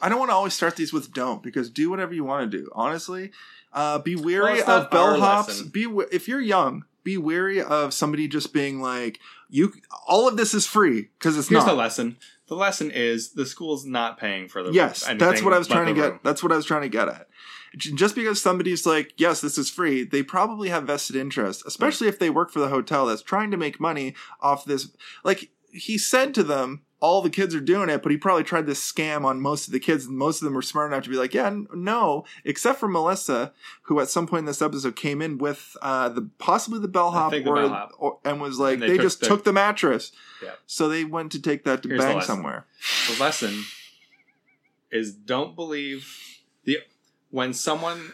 A: I don't want to always start these with don't because do whatever you want to do. Honestly, uh, be
B: Well,
A: wary
B: it's not
A: of
B: our
A: bellhops.
B: lesson.
A: Be wa- if you're young, be wary of somebody just being like you. All of this is free because it's
B: Here's the
A: not.
B: lesson. The lesson is the school's not paying for the
A: yes, that's
B: anything
A: what I was
B: but
A: trying to
B: the
A: get.
B: room.
A: That's what I was trying to get at. J- Just because somebody's like, yes, this is free, they probably have vested interest,
B: Mm.
A: especially if they work for the hotel that's trying to make money off this. Like he said to them, all the kids are doing it, but he probably tried this scam on most of the kids, and most of them were smart enough to be like, yeah, n- no, except for Melissa, who at some point in this episode came in with uh, the possibly the bellhop,
B: think the
A: or,
B: bellhop.
A: or and was like,
B: And
A: they,
B: they took
A: just
B: the-
A: took the mattress.
B: Yeah.
A: So they went to take that to
B: Here's the
A: bang
B: lesson.
A: somewhere.
B: the lesson is don't believe the when someone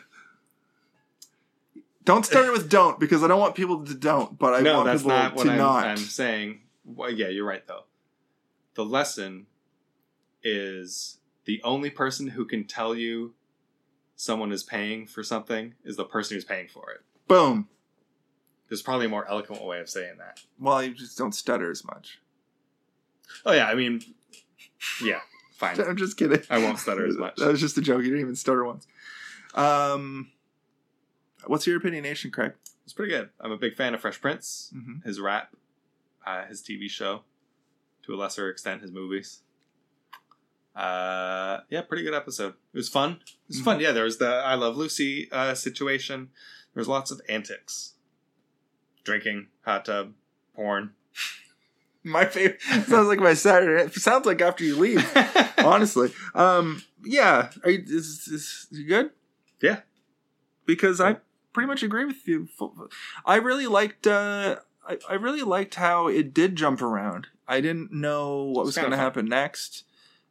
A: Don't start it with don't because I don't want people to don't, but I
B: no
A: want
B: that's
A: people
B: not what
A: to
B: I'm,
A: not.
B: I'm saying well, yeah you're right though the lesson is the only person who can tell you someone is paying for something is the person who's paying for it
A: Boom.
B: there's probably a more eloquent way of saying that
A: Well, you just don't stutter as much.
B: oh yeah i mean yeah fine
A: I'm just kidding.
B: I won't stutter as much.
A: That was just a joke. You didn't even stutter once. Um, what's your opinionation, Craig?
B: it's pretty good i'm a big fan of fresh prince
A: Mm-hmm.
B: his rap uh, his tv show to a lesser extent his movies uh yeah pretty good episode it was fun it was
A: Mm-hmm.
B: fun yeah there was the i love lucy uh situation there was lots of antics drinking hot tub porn
A: My favorite sounds like my Saturday. It sounds like after you leave.
B: yeah
A: honestly, um, yeah. Are you, is, is you good?
B: Yeah.
A: because I pretty much agree with you. Fu- I really liked. Uh, I, I really liked how it did jump around. I didn't know what
B: It's
A: was
B: kinda
A: going to
B: fun.
A: happen next.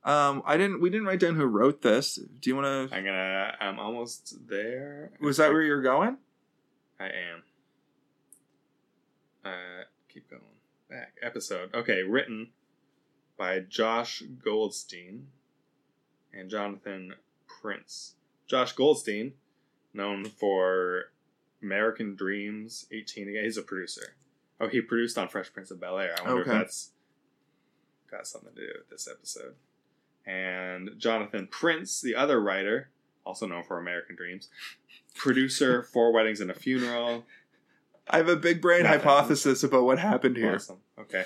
A: Um, I didn't. We didn't write down who wrote this. Do you want to?
B: i'm gonna i'm almost there
A: Was that where you're going?
B: i am uh keep going back episode okay written by Josh Goldstein and Jonathan Prince. Josh Goldstein, known for American Dreams 18 again, he's a producer. Oh, he produced on Fresh Prince of Bel Air. I wonder
A: Okay.
B: if that's got something to do with this episode. And Jonathan Prince, the other writer, also known for American Dreams, producer, Four Weddings and a Funeral.
A: I have a big brain
B: Nothing.
A: hypothesis about what happened here.
B: Awesome. Okay.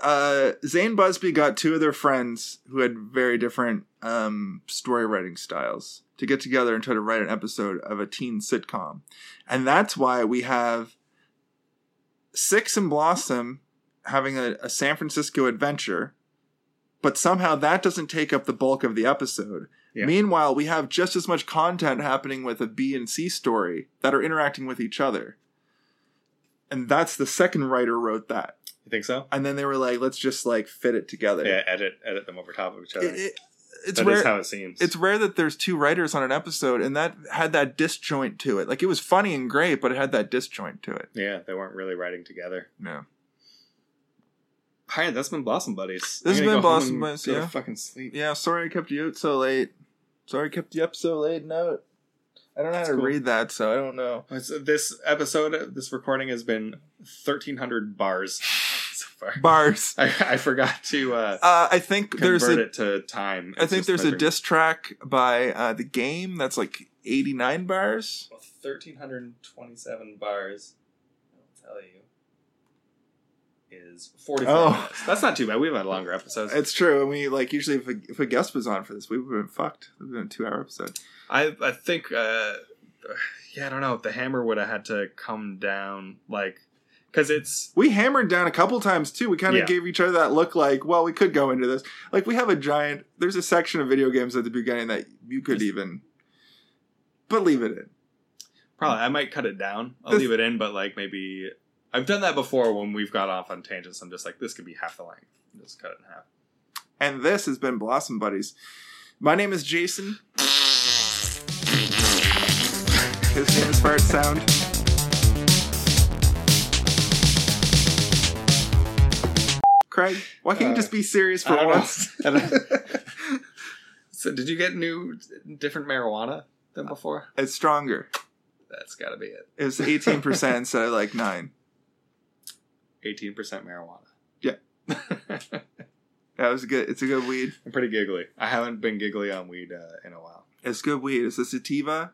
A: Uh, Zane Busby got two of their friends who had very different um, story writing styles to get together and try to write an episode of a teen sitcom. And that's why we have Six and Blossom having a, a San Francisco adventure, but somehow that doesn't take up the bulk of the episode.
B: Yeah.
A: Meanwhile, we have just as much content happening with a B and C story that are interacting with each other. And that's the second writer wrote that
B: You think so?
A: and then they were like, let's just like fit it together.
B: Yeah, edit edit them over top of each
A: It-
B: other.
A: it- it's
B: That is
A: rare.
B: how it seems.
A: it's rare that there's two writers on an episode, and that had that disjoint to it. Like it was funny and great, but it had that disjoint to it.
B: Yeah, they weren't really writing together.
A: No,
B: All right, that's been Blossom Buddies.
A: This
B: I'm
A: has
B: gonna go
A: been
B: home
A: Blossom
B: and
A: Buddies,
B: go to
A: yeah.
B: fucking sleep.
A: yeah. Sorry, I kept you out so late. Sorry, I kept you up so late. No, I don't know
B: That's
A: how to
B: cool.
A: read that, so I don't know.
B: Oh, It's- this episode, this recording has been 1,300 bars so far.
A: Bars.
B: I, I forgot to uh,
A: Uh, I think
B: convert
A: there's a. I
B: it to time. It's
A: think
B: just
A: there's
B: my
A: a
B: brain.
A: diss track by uh, the game that's like 89 bars.
B: 1,327 bars, I'll tell you, is 44
A: Oh.
B: minutes. That's not too bad. We've had longer episodes.
A: It's true, and we like usually if a, if a guest was on for this, we would have been fucked. It would have been a two hour episode.
B: I I think uh, yeah I don't know if the hammer would have had to come down like because it's
A: We hammered down a couple times too. We kind of
B: Yeah.
A: gave each other that look like, well, we could go into this. Like we have a giant there's a section of video games at the beginning that you could even but leave it in.
B: probably I might cut it down. I'll
A: This-
B: leave it in, but like maybe I've done that before when we've got off on tangents. I'm just like this could be half the length. Just cut it in half.
A: And this has been Blossom Buddies. My name is Jason. His name is Fart Sound. Craig, why can't you
B: Uh,
A: just be serious for
B: I don't know.
A: once?
B: I don't- So did you get new, different marijuana than before?
A: it's stronger.
B: That's got to be it.
A: It was 18% instead of like 9
B: Eighteen percent marijuana.
A: Yeah.
B: I'm
A: That was good. It's a good weed.
B: pretty giggly. I haven't been giggly on weed uh, in a while.
A: It's good weed. It's a sativa,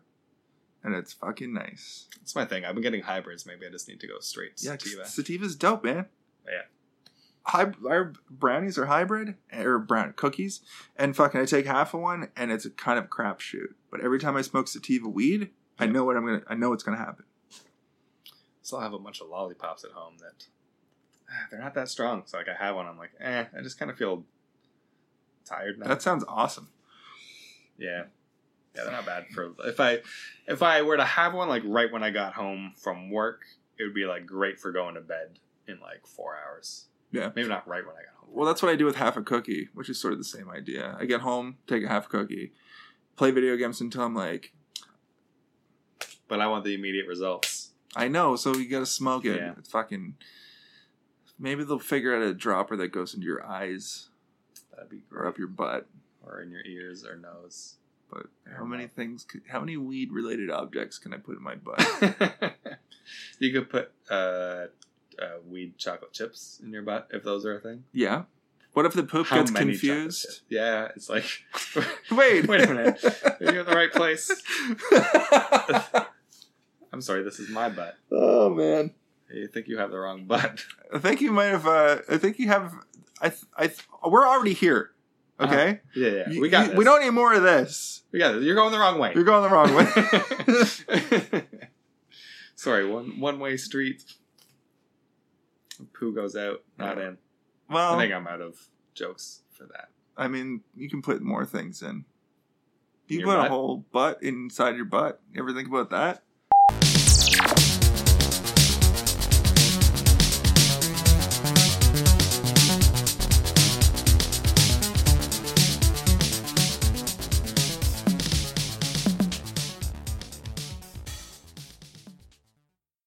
A: and it's fucking nice.
B: That's my thing. I've been getting hybrids. Maybe I just need to go straight
A: Yeah,
B: sativa.
A: sativa. Sativa's dope, man.
B: Yeah.
A: Hy- our brownies are hybrid or brown cookies, and fucking I take half of one, and it's a kind of crapshoot. But every time I smoke sativa weed, I know what I'm gonna. I know what's gonna happen.
B: Still have a bunch of lollipops at home that ah, they're not that strong. So like I have one. I'm like, eh. I just kind of feel tired now.
A: That sounds awesome.
B: Yeah. Yeah, they're not bad for if I if I were to have one like right when I got home from work, it would be like great for going to bed in like four hours.
A: Yeah.
B: Maybe not right when I got home.
A: Well, that's what I do with half a cookie, which is sort of the same idea. I get home, take a half cookie, play video games until I'm like,
B: But I want the immediate results.
A: I know, so you gotta smoke it.
B: Yeah.
A: It's fucking. Maybe they'll figure out a dropper that goes into your eyes
B: That'd be
A: or
B: great.
A: up your butt.
B: Or in your ears or nose.
A: But
B: Yeah.
A: how many things? Could, how many weed related objects can I put in my butt?
B: you could put uh, uh, weed chocolate chips in your butt if those are a thing.
A: yeah. What if the poop
B: How
A: gets
B: many chocolate
A: confused?
B: chips? Yeah, it's like
A: Wait.
B: Wait a minute. you're in the right place.
A: minute.
B: I'm sorry, this is my butt.
A: oh man.
B: You think you have the wrong butt.
A: I think you might have. Uh, I think you have. I. Th- I. Th- we're already here. Okay.
B: Yeah, Uh, yeah.
A: You-
B: we got
A: you-
B: this.
A: We don't need more of this.
B: We got this. You're going the wrong way.
A: You're going the wrong way.
B: Sorry, one one way street. Poo goes out, not in.
A: well,
B: I think I'm out of jokes for that.
A: I mean, you can put more things in. You
B: Your
A: put a
B: butt?
A: whole butt inside your butt. You ever think about that?